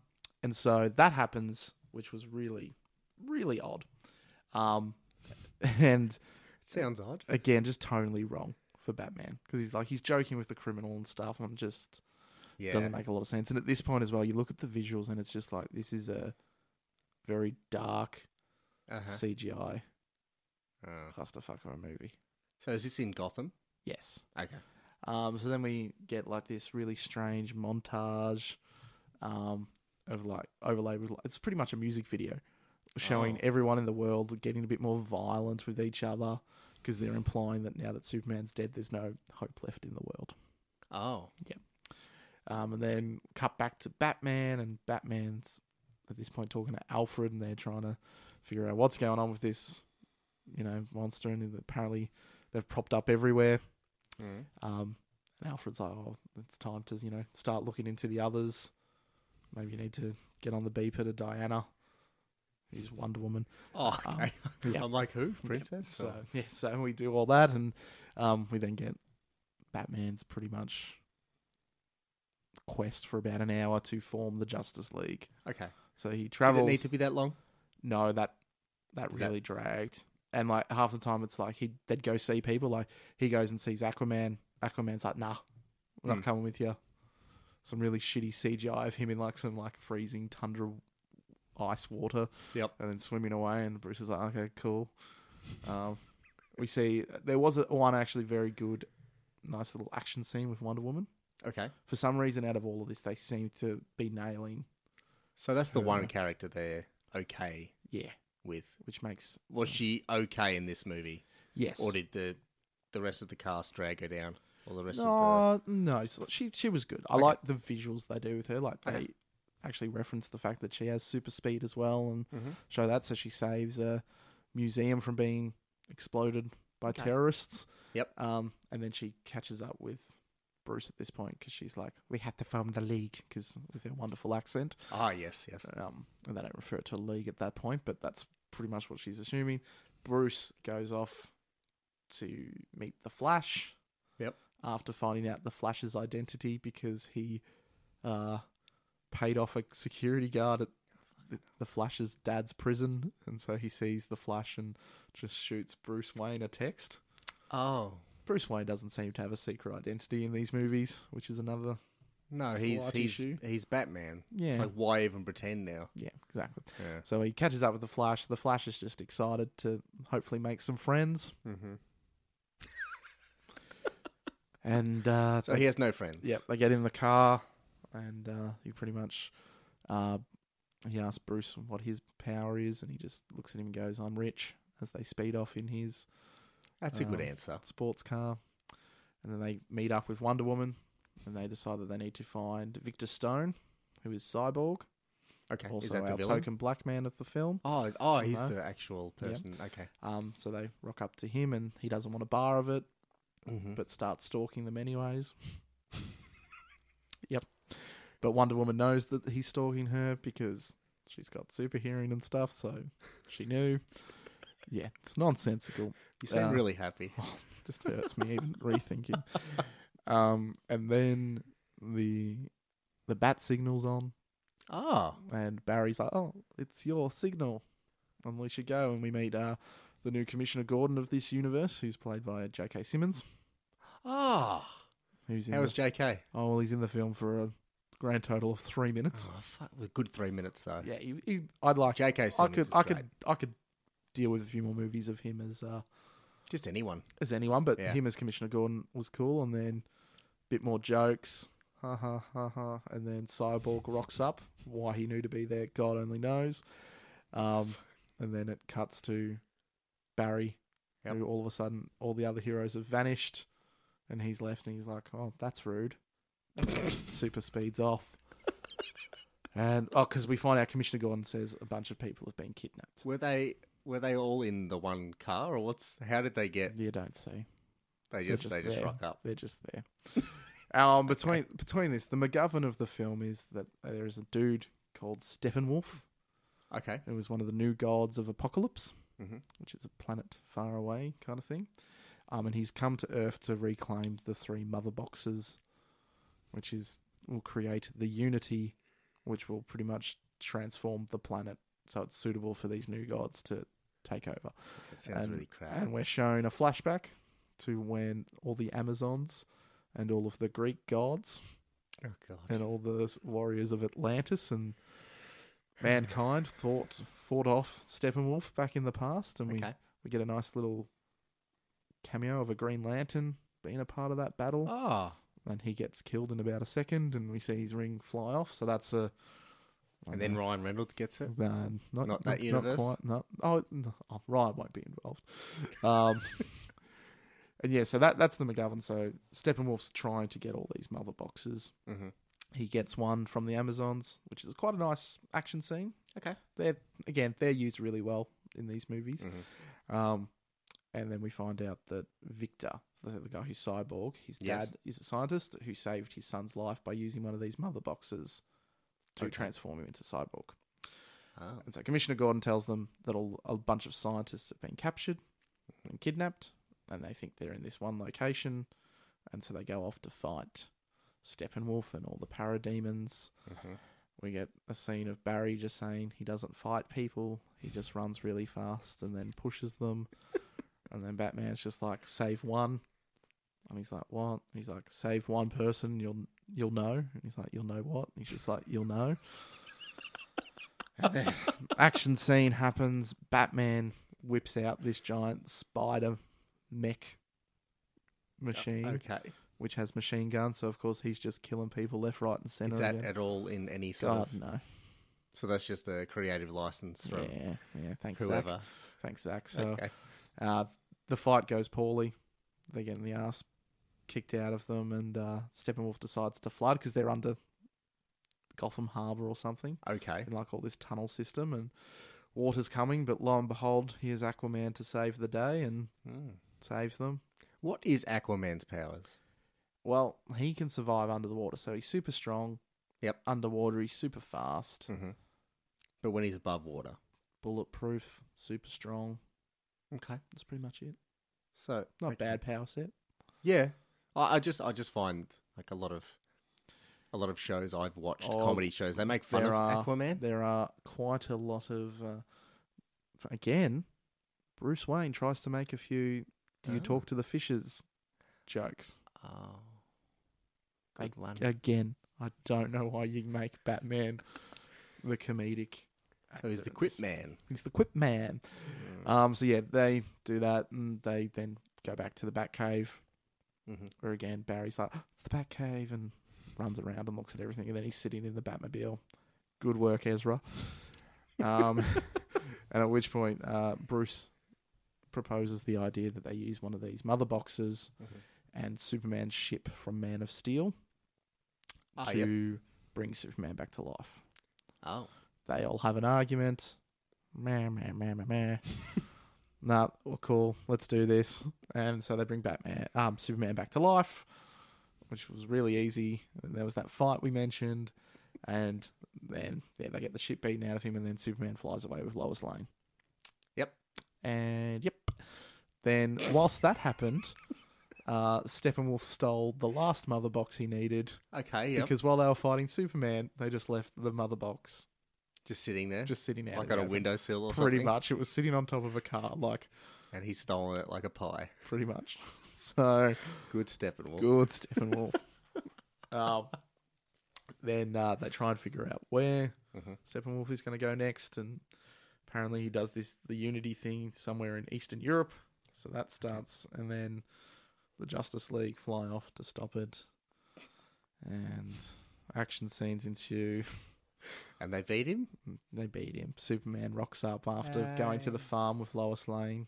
[SPEAKER 1] and so that happens, which was really, really odd. Um, and
[SPEAKER 2] Sounds odd.
[SPEAKER 1] again, just totally wrong for Batman because he's like he's joking with the criminal and stuff, and just
[SPEAKER 2] Yeah.
[SPEAKER 1] doesn't make a lot of sense. And at this point as well, you look at the visuals, and it's just like this is a very dark
[SPEAKER 2] uh-huh.
[SPEAKER 1] CGI
[SPEAKER 2] Uh,
[SPEAKER 1] clusterfuck of a movie.
[SPEAKER 2] So is this in Gotham?
[SPEAKER 1] Yes.
[SPEAKER 2] Okay.
[SPEAKER 1] Um, so then we get like this really strange montage um, of like overlaid with like, it's pretty much a music video showing
[SPEAKER 2] Oh.
[SPEAKER 1] everyone in the world getting a bit more violent with each other because they're implying that now that Superman's dead, there's no hope left in the world.
[SPEAKER 2] Oh.
[SPEAKER 1] Um, and then cut back to Batman, and Batman's at this point talking to Alfred, and they're trying to figure out what's going on with this, you know, monster. And apparently, they've propped up everywhere.
[SPEAKER 2] Mm.
[SPEAKER 1] Um, and Alfred's like, oh, it's time to, you know, start looking into the others. Maybe you need to get on the beeper to Diana, who's Wonder Woman.
[SPEAKER 2] Oh,
[SPEAKER 1] Um,
[SPEAKER 2] okay.
[SPEAKER 1] yeah.
[SPEAKER 2] I'm like, who? Princess?
[SPEAKER 1] So,
[SPEAKER 2] So,
[SPEAKER 1] yeah, so we do all that, and um, we then get Batman's pretty much quest for about an hour to form the Justice League.
[SPEAKER 2] okay.
[SPEAKER 1] So he
[SPEAKER 2] Did it
[SPEAKER 1] travels.
[SPEAKER 2] need to be that long?
[SPEAKER 1] no, that that
[SPEAKER 2] Is that-
[SPEAKER 1] really dragged. And like half the time, it's like he they'd go see people. Like he goes and sees Aquaman. Aquaman's like, nah, we're
[SPEAKER 2] Hmm.
[SPEAKER 1] not coming with you. Some really shitty CGI of him in like some like freezing tundra ice water.
[SPEAKER 2] Yep.
[SPEAKER 1] And then swimming away, and Bruce is like, okay, cool. Um, we see there was a, one actually very good, nice little action scene with Wonder Woman.
[SPEAKER 2] Okay.
[SPEAKER 1] For some reason, out of all of this, they seem to be nailing.
[SPEAKER 2] So that's the
[SPEAKER 1] Her-
[SPEAKER 2] one character they're okay
[SPEAKER 1] Yeah,
[SPEAKER 2] with.
[SPEAKER 1] which makes
[SPEAKER 2] Was she okay in this movie?
[SPEAKER 1] yes.
[SPEAKER 2] Or did the the rest of the cast drag her down? Or the rest of
[SPEAKER 1] No, Oh, no, so she she was good. I
[SPEAKER 2] Okay.
[SPEAKER 1] like the visuals they do with her. Like they
[SPEAKER 2] Okay.
[SPEAKER 1] actually reference the fact that she has super speed as well, and
[SPEAKER 2] Mhm.
[SPEAKER 1] show that. So she saves a museum from being exploded by
[SPEAKER 2] Okay.
[SPEAKER 1] terrorists.
[SPEAKER 2] Yep.
[SPEAKER 1] Um, and then she catches up with Bruce at this point because she's like, "We had to form the league," because with her wonderful accent.
[SPEAKER 2] the Ah yes, yes.
[SPEAKER 1] Um, and they don't refer to a league at that point, but that's pretty much what she's assuming. Bruce goes off to meet the Flash.
[SPEAKER 2] Yep.
[SPEAKER 1] After finding out the Flash's identity because he uh, paid off a security guard at the, the Flash's dad's prison, and so he sees the Flash and just shoots Bruce Wayne a text.
[SPEAKER 2] Oh.
[SPEAKER 1] Bruce Wayne doesn't seem to have a secret identity in these movies, which is another
[SPEAKER 2] No, he's
[SPEAKER 1] Slight
[SPEAKER 2] he's
[SPEAKER 1] issue.
[SPEAKER 2] he's Batman.
[SPEAKER 1] Yeah.
[SPEAKER 2] It's like why even pretend now?
[SPEAKER 1] Yeah, exactly.
[SPEAKER 2] Yeah.
[SPEAKER 1] So he catches up with the Flash. The Flash is just excited to hopefully make some friends,
[SPEAKER 2] Mm-hmm.
[SPEAKER 1] and uh,
[SPEAKER 2] So he has no friends.
[SPEAKER 1] Yep, they get in the car, and uh, he pretty much uh, he asks Bruce what his power is, and he just looks at him and goes, "I'm rich." As they speed off in his
[SPEAKER 2] That's a good
[SPEAKER 1] Um,
[SPEAKER 2] answer.
[SPEAKER 1] sports car, and then they meet up with Wonder Woman, and they decide that they need to find Victor Stone, who is Cyborg,
[SPEAKER 2] Okay. Is
[SPEAKER 1] also
[SPEAKER 2] that the
[SPEAKER 1] our
[SPEAKER 2] villain?
[SPEAKER 1] token black man of the film.
[SPEAKER 2] Oh, oh, he's
[SPEAKER 1] No.
[SPEAKER 2] the actual
[SPEAKER 1] Yep.
[SPEAKER 2] person. Okay.
[SPEAKER 1] Um, so they rock up to him, and he doesn't want a bar of it,
[SPEAKER 2] Mm-hmm.
[SPEAKER 1] but starts stalking them anyways. yep. But Wonder Woman knows that he's stalking her because she's got super hearing and stuff, so she knew. Yeah, it's nonsensical.
[SPEAKER 2] you seem
[SPEAKER 1] uh,
[SPEAKER 2] really happy.
[SPEAKER 1] Just hurts me even rethinking. Um, and then the the bat signal's on,
[SPEAKER 2] Oh,
[SPEAKER 1] and Barry's like, "Oh, it's your signal," and we should go. And we meet uh, the new Commissioner Gordon of this universe, who's played by J.K. Simmons,
[SPEAKER 2] oh.
[SPEAKER 1] who's in
[SPEAKER 2] How
[SPEAKER 1] the-
[SPEAKER 2] was J.K.?
[SPEAKER 1] Oh well, he's in the film for a grand total of three minutes.
[SPEAKER 2] Oh, fuck. A good three minutes though.
[SPEAKER 1] Yeah, he, he, I'd like.
[SPEAKER 2] J.K.
[SPEAKER 1] I
[SPEAKER 2] Simmons
[SPEAKER 1] could,
[SPEAKER 2] is
[SPEAKER 1] I
[SPEAKER 2] great.
[SPEAKER 1] could, I could deal with a few more movies of him as uh,
[SPEAKER 2] Just anyone.
[SPEAKER 1] as anyone, but
[SPEAKER 2] Yeah.
[SPEAKER 1] him as Commissioner Gordon was cool, and then a bit more jokes, ha ha ha ha, and then Cyborg rocks up. Why he knew to be there, God only knows. Um, and then it cuts to Barry,
[SPEAKER 2] Yep.
[SPEAKER 1] who all of a sudden all the other heroes have vanished, and he's left, and he's like, "Oh, that's rude." Super speeds off. And oh, because we find out Commissioner Gordon says a bunch of people have been kidnapped.
[SPEAKER 2] Were they were they all in the one car or what's? How did they get?
[SPEAKER 1] You don't see.
[SPEAKER 2] They
[SPEAKER 1] They're
[SPEAKER 2] just, they just
[SPEAKER 1] there.
[SPEAKER 2] rock up.
[SPEAKER 1] They're just there. um, between between this, the McGovern of the film is that there is a dude called Steppenwolf,
[SPEAKER 2] Okay.
[SPEAKER 1] who was one of the new gods of Apocalypse,
[SPEAKER 2] Mhm.
[SPEAKER 1] which is a planet far away kind of thing. Um, and he's come to Earth to reclaim the three mother boxes, which is will create the unity, which will pretty much transform the planet so it's suitable for these new gods to take over.
[SPEAKER 2] That sounds
[SPEAKER 1] And-
[SPEAKER 2] really crap.
[SPEAKER 1] And we're shown a flashback to when all the Amazons and all of the Greek gods
[SPEAKER 2] oh god.
[SPEAKER 1] and all the s- warriors of Atlantis and mankind fought fought off Steppenwolf back in the past, and we
[SPEAKER 2] Okay.
[SPEAKER 1] we get a nice little cameo of a Green Lantern being a part of that battle,
[SPEAKER 2] Oh.
[SPEAKER 1] and he gets killed in about a second, and we see his ring fly off. So that's a
[SPEAKER 2] And then Ryan Reynolds gets it.
[SPEAKER 1] no, not,
[SPEAKER 2] Not
[SPEAKER 1] not,
[SPEAKER 2] that
[SPEAKER 1] not
[SPEAKER 2] universe?
[SPEAKER 1] quite. No. Oh, no. oh, Ryan won't be involved. Um, and yeah, so that that's the McGovern. So Steppenwolf's trying to get all these mother boxes.
[SPEAKER 2] Mm-hmm.
[SPEAKER 1] He gets one from the Amazons, which is quite a nice action scene.
[SPEAKER 2] Okay.
[SPEAKER 1] They're again they're used really well in these movies.
[SPEAKER 2] Mhm.
[SPEAKER 1] Um, and then we find out that Victor, the, the guy who's cyborg, his
[SPEAKER 2] Yes.
[SPEAKER 1] dad is a scientist who saved his son's life by using one of these mother boxes to
[SPEAKER 2] Okay.
[SPEAKER 1] transform him into cyborg.
[SPEAKER 2] Oh.
[SPEAKER 1] And so Commissioner Gordon tells them that a, a bunch of scientists have been captured and kidnapped, and they think they're in this one location, and so they go off to fight Steppenwolf and all the parademons.
[SPEAKER 2] Mm-hmm.
[SPEAKER 1] We get a scene of Barry just saying he doesn't fight people, he just runs really fast and then pushes them. and then Batman's just like, save one. And he's like, what? And he's like, save one person, you'll you'll know. And he's like, you'll know what? And he's just like, you'll know. And then action scene happens. Batman whips out this giant spider mech machine,
[SPEAKER 2] Oh, Okay.
[SPEAKER 1] which has machine guns. So of course he's just killing people left, right, and center.
[SPEAKER 2] Is that
[SPEAKER 1] again.
[SPEAKER 2] at all in any sort
[SPEAKER 1] God
[SPEAKER 2] of?
[SPEAKER 1] no.
[SPEAKER 2] So that's just a creative license from
[SPEAKER 1] Yeah, yeah. Thanks, Zach.
[SPEAKER 2] whoever.
[SPEAKER 1] Thanks, Zach. So
[SPEAKER 2] okay.
[SPEAKER 1] uh, the fight goes poorly. They're getting the ass kicked out of them, and uh, Steppenwolf decides to flood because they're under Gotham Harbor or something,
[SPEAKER 2] Okay.
[SPEAKER 1] in like all this tunnel system, and water's coming. But lo and behold, here's Aquaman to save the day and
[SPEAKER 2] Hmm.
[SPEAKER 1] saves them.
[SPEAKER 2] What is Aquaman's powers?
[SPEAKER 1] Well, he can survive under the water, so he's super strong.
[SPEAKER 2] Yep.
[SPEAKER 1] Underwater, he's super fast,
[SPEAKER 2] Mm-hmm. But when he's above water.
[SPEAKER 1] bulletproof, super strong.
[SPEAKER 2] Okay.
[SPEAKER 1] That's pretty much it.
[SPEAKER 2] So
[SPEAKER 1] Not
[SPEAKER 2] okay.
[SPEAKER 1] bad power set.
[SPEAKER 2] Yeah. I, I just I just find like a lot of a lot of shows I've watched,
[SPEAKER 1] Oh,
[SPEAKER 2] comedy shows, they make fun
[SPEAKER 1] there
[SPEAKER 2] of
[SPEAKER 1] are-
[SPEAKER 2] Aquaman.
[SPEAKER 1] there are quite a lot of uh, again bruce wayne tries to make a few do you
[SPEAKER 2] Ah.
[SPEAKER 1] talk to the fishes jokes
[SPEAKER 2] Oh. Good one.
[SPEAKER 1] again I don't know why you make Batman the comedic.
[SPEAKER 2] So he's the
[SPEAKER 1] actor.
[SPEAKER 2] Quip Hmm. Man.
[SPEAKER 1] He's the Quip Man. Um, so yeah, they do that, and they then go back to the Batcave,
[SPEAKER 2] Mhm.
[SPEAKER 1] where again Barry's like, "It's the Batcave," and runs around and looks at everything, and then he's sitting in the Batmobile. Good work, Ezra. Um, and at which point, uh, Bruce proposes the idea that they use one of these mother boxes
[SPEAKER 2] Mhm.
[SPEAKER 1] and Superman's ship from Man of Steel
[SPEAKER 2] Ah,
[SPEAKER 1] to
[SPEAKER 2] yep.
[SPEAKER 1] bring Superman back to life.
[SPEAKER 2] Oh,
[SPEAKER 1] They all have an argument. Meh, meh, meh, meh, meh. nah, well, cool. Let's do this. And so they bring Batman, um, Superman back to life, which was really easy. And there was that fight we mentioned. And then yeah, they get the shit beaten out of him, and then Superman flies away with Lois Lane.
[SPEAKER 2] Yep.
[SPEAKER 1] And yep. Then, whilst that happened, uh, Steppenwolf stole the last mother box he needed
[SPEAKER 2] okay, yeah.
[SPEAKER 1] because while they were fighting Superman, they just left the mother box
[SPEAKER 2] Just sitting there,
[SPEAKER 1] just sitting out
[SPEAKER 2] like
[SPEAKER 1] in
[SPEAKER 2] on
[SPEAKER 1] the
[SPEAKER 2] a
[SPEAKER 1] open.
[SPEAKER 2] windowsill or
[SPEAKER 1] Pretty
[SPEAKER 2] something.
[SPEAKER 1] much, it was sitting on top of a car, like
[SPEAKER 2] And he's stolen it like a pie.
[SPEAKER 1] pretty much. So
[SPEAKER 2] Good Steppenwolf.
[SPEAKER 1] good, Steppenwolf. um, then uh, they try and figure out where
[SPEAKER 2] Mhm.
[SPEAKER 1] Steppenwolf is going to go next, and apparently he does this the Unity thing somewhere in Eastern Europe. So that starts, and then the Justice League fly off to stop it, and action scenes ensue.
[SPEAKER 2] And they beat him.
[SPEAKER 1] They beat him. Superman rocks up after going to the
[SPEAKER 2] Yay.
[SPEAKER 1] farm with Lois Lane.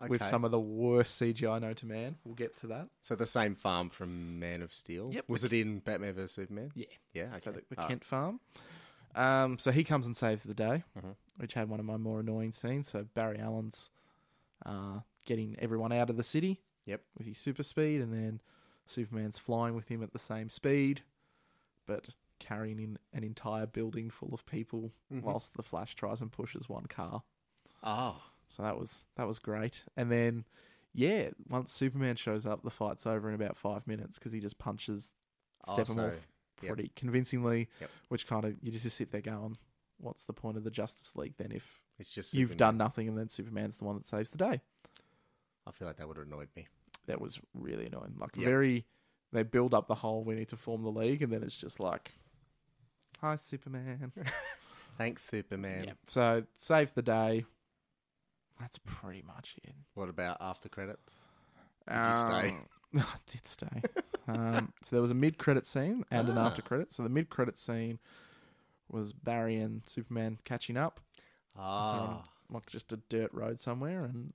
[SPEAKER 2] Okay.
[SPEAKER 1] with some of the worst CGI known to man. We'll get to that.
[SPEAKER 2] so the same farm from Man of Steel.
[SPEAKER 1] Yep.
[SPEAKER 2] Was it in Batman vs Superman?
[SPEAKER 1] Yeah.
[SPEAKER 2] Yeah. Okay.
[SPEAKER 1] So the, the
[SPEAKER 2] Ah,
[SPEAKER 1] Kent farm. Um, so he comes and saves the day,
[SPEAKER 2] Mhm.
[SPEAKER 1] which had one of my more annoying scenes. So Barry Allen's uh, getting everyone out of the city.
[SPEAKER 2] Yep.
[SPEAKER 1] With his super speed, and then Superman's flying with him at the same speed, but carrying in an entire building full of people,
[SPEAKER 2] Mhm.
[SPEAKER 1] whilst the Flash tries and pushes one car.
[SPEAKER 2] Oh.
[SPEAKER 1] So that was that was great. And then, yeah, once Superman shows up, the fight's over in about five minutes because he just punches
[SPEAKER 2] Oh,
[SPEAKER 1] Steppenwolf
[SPEAKER 2] so- yep.
[SPEAKER 1] pretty convincingly,
[SPEAKER 2] Yep.
[SPEAKER 1] which kind of you just sit there going, "What's the point of the Justice League then if
[SPEAKER 2] It's just
[SPEAKER 1] you've
[SPEAKER 2] Superman.
[SPEAKER 1] done nothing and then Superman's the one that saves the day?"
[SPEAKER 2] I feel like that would have annoyed me.
[SPEAKER 1] That was really annoying. Like
[SPEAKER 2] Yep.
[SPEAKER 1] very, they build up the whole we need to form the league, and then it's just like, "Hi, Superman."
[SPEAKER 2] Thanks, Superman.
[SPEAKER 1] Yeah. So save the day. That's pretty much it.
[SPEAKER 2] What about after credits?
[SPEAKER 1] Did
[SPEAKER 2] you stay?
[SPEAKER 1] Um, I did stay. um, so there was a mid-credit scene and an
[SPEAKER 2] Ah.
[SPEAKER 1] after-credit. So the mid-credit scene was Barry and Superman catching up, They're on,
[SPEAKER 2] Ah.
[SPEAKER 1] like just a dirt road somewhere, and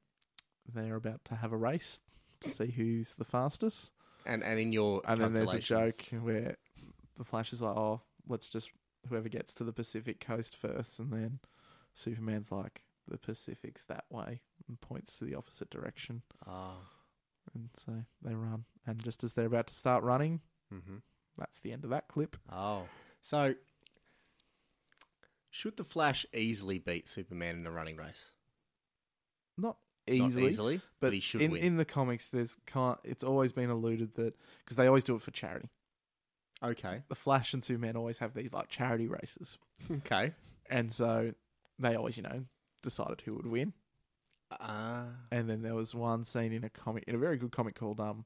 [SPEAKER 1] they're about to have a race to see who's the fastest.
[SPEAKER 2] And and in your
[SPEAKER 1] And then there's a joke
[SPEAKER 2] calculations-
[SPEAKER 1] where the Flash is like, "Oh, let's just whoever gets to the Pacific coast first, and then Superman's like, "The Pacific's that way," and points to the opposite direction.
[SPEAKER 2] Ah.
[SPEAKER 1] And so they run, and just as they're about to start running,
[SPEAKER 2] Mm-hmm.
[SPEAKER 1] That's the end of that clip.
[SPEAKER 2] Oh. So should the Flash easily beat Superman in a running race?
[SPEAKER 1] Not
[SPEAKER 2] Not
[SPEAKER 1] easily,
[SPEAKER 2] easily,
[SPEAKER 1] but,
[SPEAKER 2] he should
[SPEAKER 1] in,
[SPEAKER 2] win.
[SPEAKER 1] in the comics, there's can't, it's always been alluded that because they always do it for charity.
[SPEAKER 2] okay.
[SPEAKER 1] The Flash and Superman always have these like charity races,
[SPEAKER 2] Okay.
[SPEAKER 1] and so they always, you know, decided who would win.
[SPEAKER 2] Ah.
[SPEAKER 1] And then there was one scene in a comic, in a very good comic called um,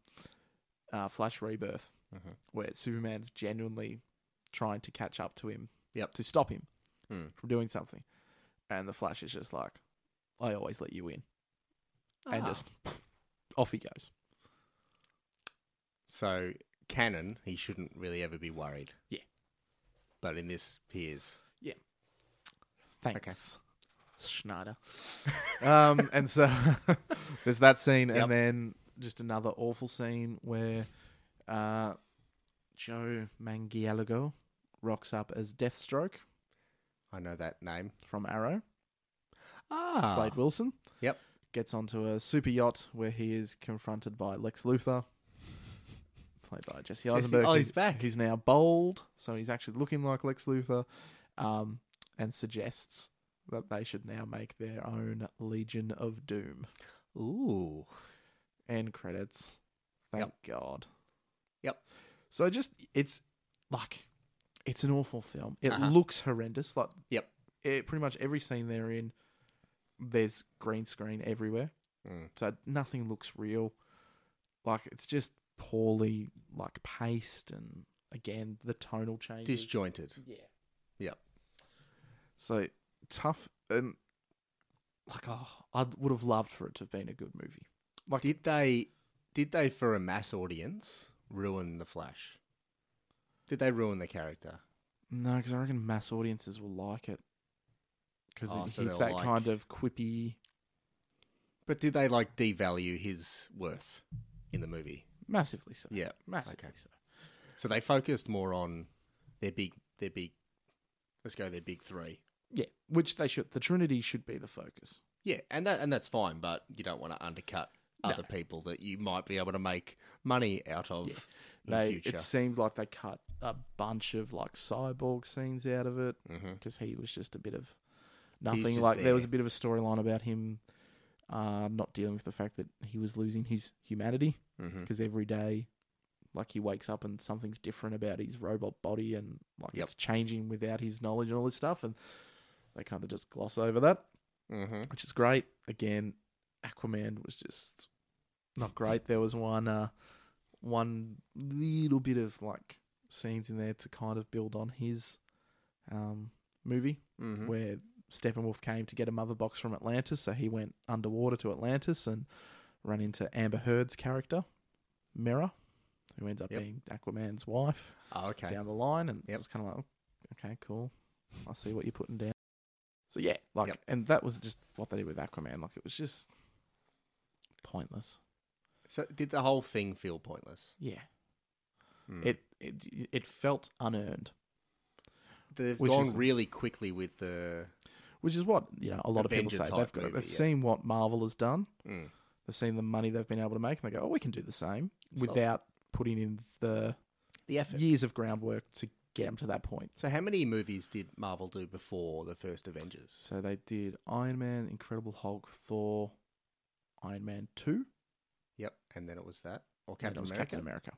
[SPEAKER 1] uh, Flash Rebirth,
[SPEAKER 2] Mhm.
[SPEAKER 1] where Superman's genuinely trying to catch up to him,
[SPEAKER 2] Yep.
[SPEAKER 1] to stop him
[SPEAKER 2] Hmm.
[SPEAKER 1] from doing something, and the Flash is just like, "I always let you win," and
[SPEAKER 2] Ah.
[SPEAKER 1] just off he goes.
[SPEAKER 2] so canon, he shouldn't really ever be worried.
[SPEAKER 1] Yeah.
[SPEAKER 2] But in this, he is.
[SPEAKER 1] Thanks. Schneider. um, and so there's that scene,
[SPEAKER 2] Yep.
[SPEAKER 1] and then just another awful scene where uh, Joe Mangialago rocks up as Deathstroke
[SPEAKER 2] I know that name.
[SPEAKER 1] from Arrow,
[SPEAKER 2] Ah.
[SPEAKER 1] Slade Wilson.
[SPEAKER 2] Yep.
[SPEAKER 1] Gets onto a super yacht where he is confronted by Lex Luthor, played by Jesse Eisenberg.
[SPEAKER 2] oh,
[SPEAKER 1] who-
[SPEAKER 2] he's back.
[SPEAKER 1] Who's now bold, so he's actually looking like Lex Luthor, um, and suggests that they should now make their own Legion of Doom.
[SPEAKER 2] Ooh.
[SPEAKER 1] End credits. Thank God.
[SPEAKER 2] Yep.
[SPEAKER 1] So just it's like it's an awful film. It
[SPEAKER 2] Uh-huh.
[SPEAKER 1] looks horrendous. Like
[SPEAKER 2] Yep.
[SPEAKER 1] it, pretty much every scene they're in, there's green screen everywhere,
[SPEAKER 2] Mm.
[SPEAKER 1] so nothing looks real. Like it's just poorly like paced and again the tonal changes.
[SPEAKER 2] Disjointed.
[SPEAKER 1] yeah.
[SPEAKER 2] Yep.
[SPEAKER 1] So tough and like oh, I would have loved for it to have been a good movie.
[SPEAKER 2] did they did they for a mass audience ruin the Flash? Did they ruin the character?
[SPEAKER 1] No, because I reckon mass audiences will like it because
[SPEAKER 2] Oh,
[SPEAKER 1] it
[SPEAKER 2] so
[SPEAKER 1] hits
[SPEAKER 2] they'll
[SPEAKER 1] that
[SPEAKER 2] like-
[SPEAKER 1] kind of quippy
[SPEAKER 2] But did they like devalue his worth in the movie?
[SPEAKER 1] massively so.
[SPEAKER 2] Yeah.
[SPEAKER 1] Massively
[SPEAKER 2] okay.
[SPEAKER 1] so.
[SPEAKER 2] So they focused more on their big their big let's go their big three.
[SPEAKER 1] Yeah, which they should. The Trinity should be the focus.
[SPEAKER 2] Yeah, and that and that's fine, but you don't want to undercut
[SPEAKER 1] No.
[SPEAKER 2] other people that you might be able to make money out of in
[SPEAKER 1] They
[SPEAKER 2] future.
[SPEAKER 1] it seemed like they cut a bunch of like cyborg scenes out of it
[SPEAKER 2] Mhm.
[SPEAKER 1] because he was just a bit of nothing.
[SPEAKER 2] just
[SPEAKER 1] like there was a
[SPEAKER 2] there.
[SPEAKER 1] bit of a storyline about him uh, not dealing with the fact that he was losing his humanity
[SPEAKER 2] Mhm.
[SPEAKER 1] because every day, like he wakes up and something's different about his robot body and like
[SPEAKER 2] Yep.
[SPEAKER 1] it's changing without his knowledge and all this stuff, and they kind of just gloss over that.
[SPEAKER 2] Mhm.
[SPEAKER 1] which is great. Again, Aquaman was just not great. There was one uh, one little bit of like scenes in there to kind of build on his um, movie
[SPEAKER 2] Mhm.
[SPEAKER 1] where Steppenwolf came to get a mother box from Atlantis, so he went underwater to Atlantis and ran into Amber Heard's character, Mera, who ends up
[SPEAKER 2] Yep.
[SPEAKER 1] being Aquaman's wife
[SPEAKER 2] Oh, okay.
[SPEAKER 1] down the line, and
[SPEAKER 2] Yep.
[SPEAKER 1] it's kind of like, "Oh, okay, cool. I see what you're putting down. So yeah, like,
[SPEAKER 2] Yep.
[SPEAKER 1] and that was just what they did with Aquaman. Like, it was just pointless.
[SPEAKER 2] So did the whole thing feel pointless?
[SPEAKER 1] Yeah,
[SPEAKER 2] Mm.
[SPEAKER 1] it it it felt unearned,
[SPEAKER 2] They've
[SPEAKER 1] which
[SPEAKER 2] gone
[SPEAKER 1] is-
[SPEAKER 2] really quickly with the
[SPEAKER 1] which is what you know a lot of people
[SPEAKER 2] Avenger
[SPEAKER 1] say.
[SPEAKER 2] type
[SPEAKER 1] They've got
[SPEAKER 2] movie,
[SPEAKER 1] they've
[SPEAKER 2] yeah.
[SPEAKER 1] seen what Marvel has done.
[SPEAKER 2] Mm.
[SPEAKER 1] They've seen the money they've been able to make, and they go, oh, we can do the same
[SPEAKER 2] So-
[SPEAKER 1] without putting in the
[SPEAKER 2] the effort.
[SPEAKER 1] years of groundwork to get them to that point.
[SPEAKER 2] So how many movies did Marvel do before the first Avengers?
[SPEAKER 1] So they did Iron Man, Incredible Hulk, Thor, Iron Man two.
[SPEAKER 2] Yep, and then it was that or
[SPEAKER 1] And it
[SPEAKER 2] Captain
[SPEAKER 1] was
[SPEAKER 2] America.
[SPEAKER 1] Captain America.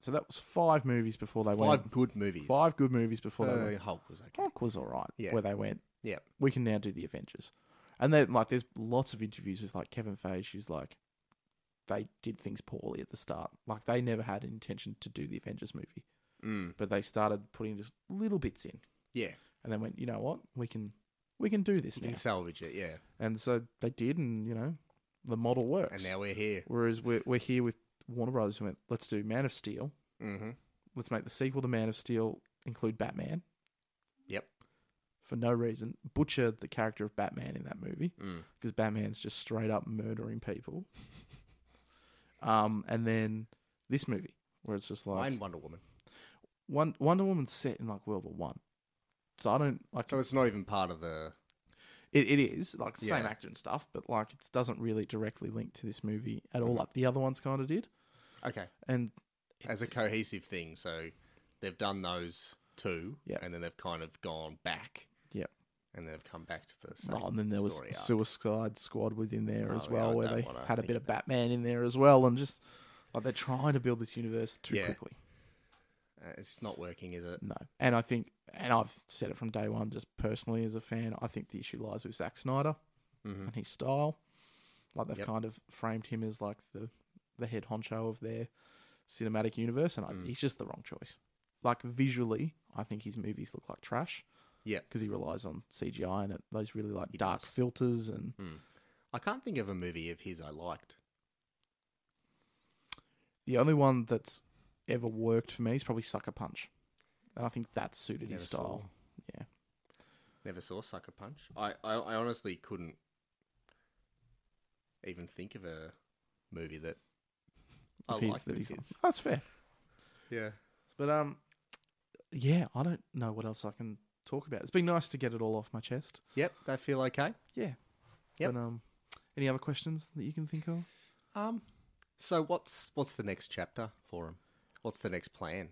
[SPEAKER 1] So that was five movies before they
[SPEAKER 2] Five
[SPEAKER 1] went.
[SPEAKER 2] good movies.
[SPEAKER 1] Five good movies before
[SPEAKER 2] Uh,
[SPEAKER 1] they went.
[SPEAKER 2] Hulk was okay.
[SPEAKER 1] Hulk was all right.
[SPEAKER 2] Yeah.
[SPEAKER 1] Where they went.
[SPEAKER 2] Yep.
[SPEAKER 1] We can now do the Avengers, and then like there's lots of interviews with like Kevin Feige, who's like, they did things poorly at the start. Like they never had an intention to do the Avengers movie,
[SPEAKER 2] Mm.
[SPEAKER 1] but they started putting just little bits in,
[SPEAKER 2] Yeah,
[SPEAKER 1] and then went, you know what, we can, we can do this
[SPEAKER 2] you
[SPEAKER 1] now.
[SPEAKER 2] can salvage it. Yeah,
[SPEAKER 1] And so they did, and you know, the model works.
[SPEAKER 2] and now we're here.
[SPEAKER 1] Whereas we're we're here with Warner Brothers, who went, let's do Man of Steel.
[SPEAKER 2] Mm-hmm.
[SPEAKER 1] let's make the sequel to Man of Steel include Batman
[SPEAKER 2] Yep.
[SPEAKER 1] for no reason. Butcher the character of Batman in that movie
[SPEAKER 2] Mm.
[SPEAKER 1] because Batman's just straight up murdering people. um, and then this movie where it's just like
[SPEAKER 2] and Wonder Woman.
[SPEAKER 1] Won- Wonder Woman's set in like World War One, so I don't like
[SPEAKER 2] So it's not even part of the.
[SPEAKER 1] it. It is like the same
[SPEAKER 2] Yeah.
[SPEAKER 1] actor and stuff, but like it doesn't really directly link to this movie at
[SPEAKER 2] Mm-hmm.
[SPEAKER 1] all. Like the other ones kind of did,
[SPEAKER 2] Okay,
[SPEAKER 1] and
[SPEAKER 2] as a
[SPEAKER 1] it's-
[SPEAKER 2] cohesive thing. So they've done those two,
[SPEAKER 1] Yep.
[SPEAKER 2] and then they've kind of gone back.
[SPEAKER 1] Yep.
[SPEAKER 2] And then they've come back to the same.
[SPEAKER 1] Oh, and then there was
[SPEAKER 2] story arc.
[SPEAKER 1] Suicide Squad within there
[SPEAKER 2] Oh,
[SPEAKER 1] as
[SPEAKER 2] yeah,
[SPEAKER 1] well,
[SPEAKER 2] I
[SPEAKER 1] where
[SPEAKER 2] don't
[SPEAKER 1] they
[SPEAKER 2] wanna
[SPEAKER 1] had a
[SPEAKER 2] think
[SPEAKER 1] bit of
[SPEAKER 2] of that.
[SPEAKER 1] Batman in there as well, and just like they're trying to build this universe too
[SPEAKER 2] Yeah.
[SPEAKER 1] quickly.
[SPEAKER 2] Uh, it's not working, is it?
[SPEAKER 1] No, and I think, and I've said it from day one, just personally as a fan, I think the issue lies with Zack Snyder
[SPEAKER 2] Mm-hmm.
[SPEAKER 1] and his style. Like they've
[SPEAKER 2] Yep.
[SPEAKER 1] kind of framed him as like the the head honcho of their cinematic universe, and I,
[SPEAKER 2] Mm.
[SPEAKER 1] he's just the wrong choice. Like visually, I think his movies look like trash.
[SPEAKER 2] Yeah.
[SPEAKER 1] because he relies on CGI and it, those really like
[SPEAKER 2] He
[SPEAKER 1] dark
[SPEAKER 2] does.
[SPEAKER 1] filters and
[SPEAKER 2] I can't think of a movie of his I liked.
[SPEAKER 1] The only one that's ever worked for me is probably Sucker Punch. And I think that suited his
[SPEAKER 2] Never saw
[SPEAKER 1] style. Yeah.
[SPEAKER 2] Never saw Sucker Punch. I, I, I honestly couldn't even think of a movie that I
[SPEAKER 1] If he's-
[SPEAKER 2] liked.
[SPEAKER 1] that
[SPEAKER 2] of
[SPEAKER 1] he's-
[SPEAKER 2] his.
[SPEAKER 1] That's fair.
[SPEAKER 2] Yeah.
[SPEAKER 1] But um yeah, I don't know what else I can talk about. It's been nice to get it all off my chest.
[SPEAKER 2] Yep. They feel okay.
[SPEAKER 1] Yeah.
[SPEAKER 2] Yep.
[SPEAKER 1] But um any other questions that you can think of?
[SPEAKER 2] Um. So what's what's the next chapter for him? What's the next plan?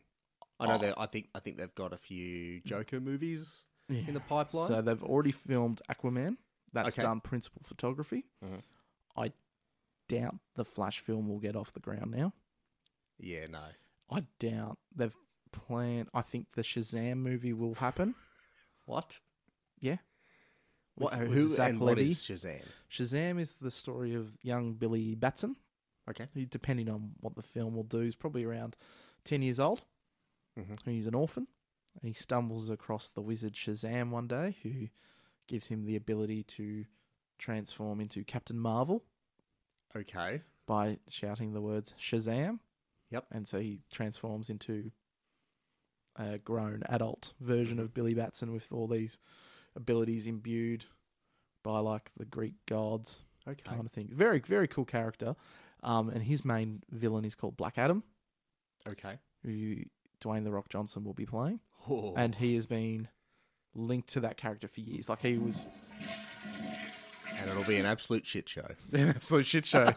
[SPEAKER 2] I know
[SPEAKER 1] Oh.
[SPEAKER 2] that I think I think they've got a few Joker movies in the pipeline.
[SPEAKER 1] So they've already filmed Aquaman. That's
[SPEAKER 2] Okay.
[SPEAKER 1] done principal photography.
[SPEAKER 2] Mhm.
[SPEAKER 1] I doubt the Flash film will get off the ground now.
[SPEAKER 2] yeah. No.
[SPEAKER 1] I doubt they've planned I think the Shazam movie will happen.
[SPEAKER 2] What?
[SPEAKER 1] Yeah.
[SPEAKER 2] What?
[SPEAKER 1] With- with
[SPEAKER 2] who
[SPEAKER 1] Zach
[SPEAKER 2] and what
[SPEAKER 1] Levy.
[SPEAKER 2] is Shazam?
[SPEAKER 1] Shazam is the story of young Billy Batson,
[SPEAKER 2] Okay.
[SPEAKER 1] who, depending on what the film will do, is probably around 10 years old.
[SPEAKER 2] Mhm.
[SPEAKER 1] who's an orphan. And he stumbles across the wizard Shazam one day, who gives him the ability to transform into Captain Marvel
[SPEAKER 2] Okay.
[SPEAKER 1] by shouting the words Shazam.
[SPEAKER 2] Yep.
[SPEAKER 1] And so he transforms into a grown adult version of Billy Batson with all these abilities imbued by like the Greek gods
[SPEAKER 2] Okay.
[SPEAKER 1] kind of thing. Very, very cool character. Um, and his main villain is called Black Adam,
[SPEAKER 2] Okay.
[SPEAKER 1] who Dwayne the Rock Johnson will be playing.
[SPEAKER 2] Oh.
[SPEAKER 1] And he has been linked to that character for years. Like he was
[SPEAKER 2] and it'll be an absolute shit show.
[SPEAKER 1] an absolute shit show.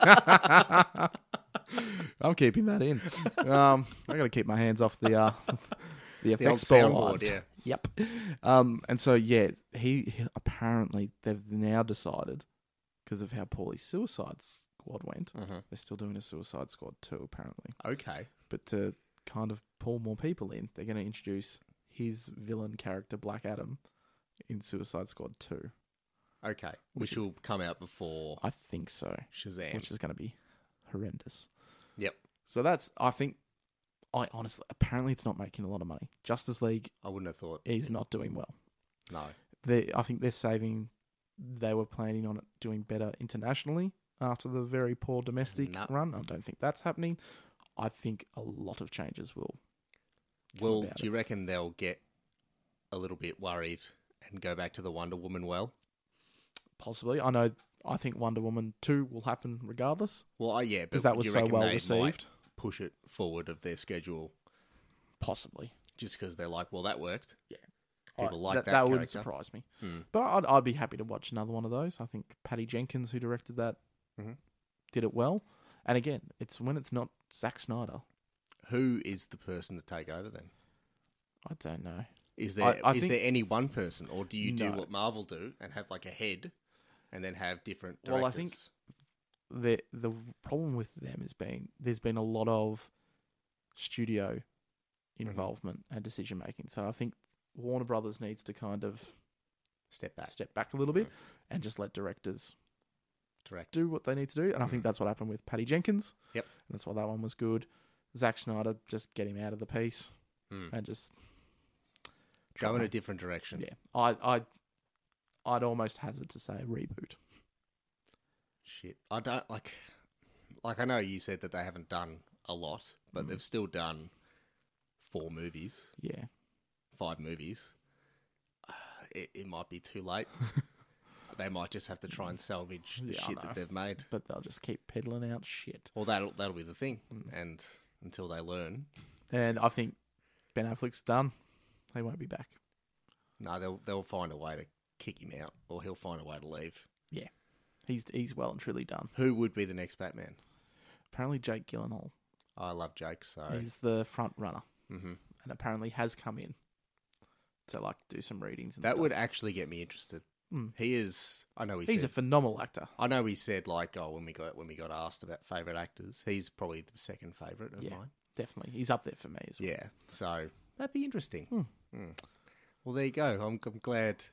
[SPEAKER 1] I'm keeping that in. Um, I got to keep my hands off the uh, the
[SPEAKER 2] The old
[SPEAKER 1] effects board.
[SPEAKER 2] soundboard, yeah.
[SPEAKER 1] Yep. Um, and so yeah, he, he apparently they've now decided because of how poorly Suicide Squad went,
[SPEAKER 2] Mhm.
[SPEAKER 1] they're still doing a Suicide Squad too apparently.
[SPEAKER 2] Okay.
[SPEAKER 1] But to kind of pull more people in, they're going to introduce his villain character Black Adam in Suicide Squad two.
[SPEAKER 2] Okay.
[SPEAKER 1] Which
[SPEAKER 2] Which,
[SPEAKER 1] is-
[SPEAKER 2] will come out before
[SPEAKER 1] I think so,
[SPEAKER 2] Shazam.
[SPEAKER 1] which is going to be horrendous.
[SPEAKER 2] yep.
[SPEAKER 1] So that's I think I honestly apparently it's not making a lot of money. Justice League
[SPEAKER 2] I wouldn't have thought.
[SPEAKER 1] is not doing well.
[SPEAKER 2] No.
[SPEAKER 1] They I think they're saving they were planning on it doing better internationally after the very poor domestic
[SPEAKER 2] No.
[SPEAKER 1] run. I don't think that's happening. I think a lot of changes will.
[SPEAKER 2] Well,
[SPEAKER 1] about
[SPEAKER 2] do you reckon they'll get a little bit worried and go back to the Wonder Woman well?
[SPEAKER 1] Possibly. I know I think Wonder Woman 2 will happen regardless
[SPEAKER 2] Well, uh, yeah,
[SPEAKER 1] because
[SPEAKER 2] but
[SPEAKER 1] that
[SPEAKER 2] you
[SPEAKER 1] was so
[SPEAKER 2] reckon
[SPEAKER 1] well
[SPEAKER 2] they might
[SPEAKER 1] received.
[SPEAKER 2] Push it forward of their schedule
[SPEAKER 1] Possibly.
[SPEAKER 2] just because they're like, well, that worked.
[SPEAKER 1] I-
[SPEAKER 2] People like that
[SPEAKER 1] That wouldn't
[SPEAKER 2] character.
[SPEAKER 1] surprise me.
[SPEAKER 2] Hmm.
[SPEAKER 1] But I'd, I'd be happy to watch another one of those. I think Patty Jenkins, who directed that,
[SPEAKER 2] Mhm.
[SPEAKER 1] did it well. And again, it's when it's not Zack Snyder.
[SPEAKER 2] Who is the person to take over then?
[SPEAKER 1] I don't know.
[SPEAKER 2] Is
[SPEAKER 1] I-
[SPEAKER 2] there is
[SPEAKER 1] I think-
[SPEAKER 2] there any one person, or do you do
[SPEAKER 1] No.
[SPEAKER 2] what Marvel do and have like a head, and then have different directors?
[SPEAKER 1] Well, I think- The the problem with them has been there's been a lot of studio
[SPEAKER 2] Mm-hmm.
[SPEAKER 1] involvement and decision making. So I think Warner Brothers needs to kind of
[SPEAKER 2] step back, Mm-hmm.
[SPEAKER 1] step back a little bit and just let directors
[SPEAKER 2] direct.
[SPEAKER 1] do what they need to do. And I think
[SPEAKER 2] Mhm.
[SPEAKER 1] that's what happened with Patty Jenkins.
[SPEAKER 2] Yep.
[SPEAKER 1] And that's why that one was good. Zack Schneider, just get him out of the piece
[SPEAKER 2] Mm.
[SPEAKER 1] and just
[SPEAKER 2] Go in
[SPEAKER 1] try.
[SPEAKER 2] a different direction.
[SPEAKER 1] Yeah, I, I, I'd almost hazard to say reboot.
[SPEAKER 2] Shit, I don't like. Like I know you said that they haven't done a lot, but
[SPEAKER 1] Mm.
[SPEAKER 2] they've still done four movies,
[SPEAKER 1] Yeah,
[SPEAKER 2] five movies. Uh, it, it might be too late. they might just have to try and salvage the
[SPEAKER 1] Yeah, I
[SPEAKER 2] shit
[SPEAKER 1] know.
[SPEAKER 2] that they've made.
[SPEAKER 1] but they'll just keep peddling out shit.
[SPEAKER 2] Well, that'll that'll be the thing,
[SPEAKER 1] Mm.
[SPEAKER 2] and until they learn,
[SPEAKER 1] And I think Ben Affleck's done. He won't be back.
[SPEAKER 2] no, they'll they'll find a way to kick him out, or he'll find a way to leave.
[SPEAKER 1] He's he's well and truly done.
[SPEAKER 2] Who would be the next Batman?
[SPEAKER 1] Apparently, Jake Gyllenhaal
[SPEAKER 2] I love Jake, so
[SPEAKER 1] is the front runner,
[SPEAKER 2] hmm
[SPEAKER 1] and apparently has come in to like do some readings. And
[SPEAKER 2] that
[SPEAKER 1] stuff.
[SPEAKER 2] would actually get me interested.
[SPEAKER 1] Mm.
[SPEAKER 2] He is. I know he
[SPEAKER 1] he's
[SPEAKER 2] said.
[SPEAKER 1] a phenomenal actor.
[SPEAKER 2] I know he said like, oh, when we got when we got asked about favorite actors, he's probably the second favorite of
[SPEAKER 1] Yeah.
[SPEAKER 2] mine.
[SPEAKER 1] Definitely, he's up there for me as well.
[SPEAKER 2] Yeah, so that'd be interesting.
[SPEAKER 1] Hmm.
[SPEAKER 2] Hmm. Well, there you go. I'm, I'm glad.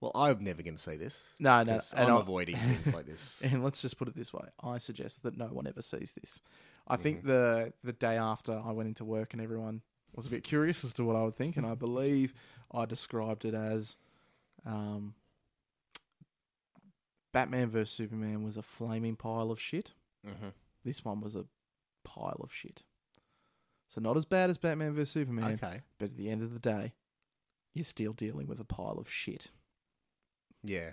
[SPEAKER 2] Well, I'm never going to see this.
[SPEAKER 1] No, no,
[SPEAKER 2] 'cause
[SPEAKER 1] and
[SPEAKER 2] I'm
[SPEAKER 1] I-
[SPEAKER 2] avoiding things like this.
[SPEAKER 1] And let's just put it this way: I suggest that no one ever sees this. I
[SPEAKER 2] Mm-hmm.
[SPEAKER 1] think the the day after I went into work and everyone was a bit curious as to what I would think, and I believe I described it as, um, Batman vs Superman was a flaming pile of shit.
[SPEAKER 2] hmm
[SPEAKER 1] This one was a pile of shit. So not as bad as Batman vs Superman,
[SPEAKER 2] Okay.
[SPEAKER 1] but at the end of the day, you're still dealing with a pile of shit.
[SPEAKER 2] Yeah.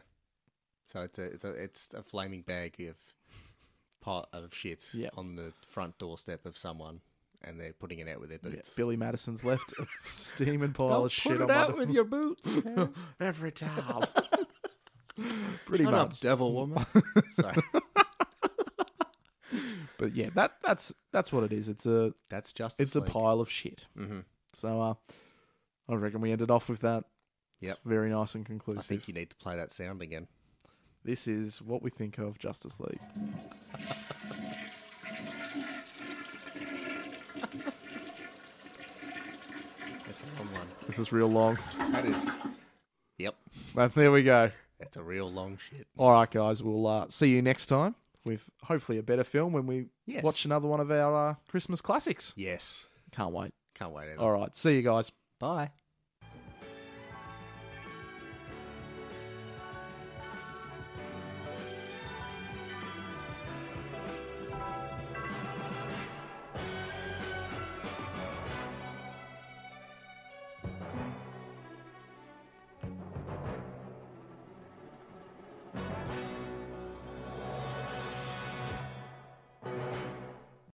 [SPEAKER 2] So it's a it's a it's a flaming bag of pot of shit
[SPEAKER 1] Yeah.
[SPEAKER 2] on the front doorstep of someone, and they're putting it out with their
[SPEAKER 1] Yeah,
[SPEAKER 2] boots.
[SPEAKER 1] Billy Madison's left a steaming pile
[SPEAKER 2] Don't
[SPEAKER 1] of shit
[SPEAKER 2] put
[SPEAKER 1] on
[SPEAKER 2] it
[SPEAKER 1] my
[SPEAKER 2] out
[SPEAKER 1] door.
[SPEAKER 2] with your boots.
[SPEAKER 1] every time. Pretty
[SPEAKER 2] Shut
[SPEAKER 1] much.
[SPEAKER 2] up, devil woman. Sorry,
[SPEAKER 1] But yeah, that that's that's what it is. It's a
[SPEAKER 2] that's
[SPEAKER 1] it's
[SPEAKER 2] justice.
[SPEAKER 1] a pile of shit.
[SPEAKER 2] Mm-hmm.
[SPEAKER 1] So uh, I reckon we ended off with that.
[SPEAKER 2] Yep.
[SPEAKER 1] It's very nice and
[SPEAKER 2] I
[SPEAKER 1] conclusive.
[SPEAKER 2] think you need to play that sound again.
[SPEAKER 1] This is what we think of Justice League.
[SPEAKER 2] That's a long one.
[SPEAKER 1] This is real long.
[SPEAKER 2] That is. Yep,
[SPEAKER 1] But there we go.
[SPEAKER 2] that's a real long shit.
[SPEAKER 1] All right, guys. We'll uh, see you next time with hopefully a better film when we
[SPEAKER 2] Yes.
[SPEAKER 1] watch another one of our uh, Christmas classics.
[SPEAKER 2] Yes.
[SPEAKER 1] Can't wait. Can't wait either.
[SPEAKER 2] All right. See you guys.
[SPEAKER 1] Bye.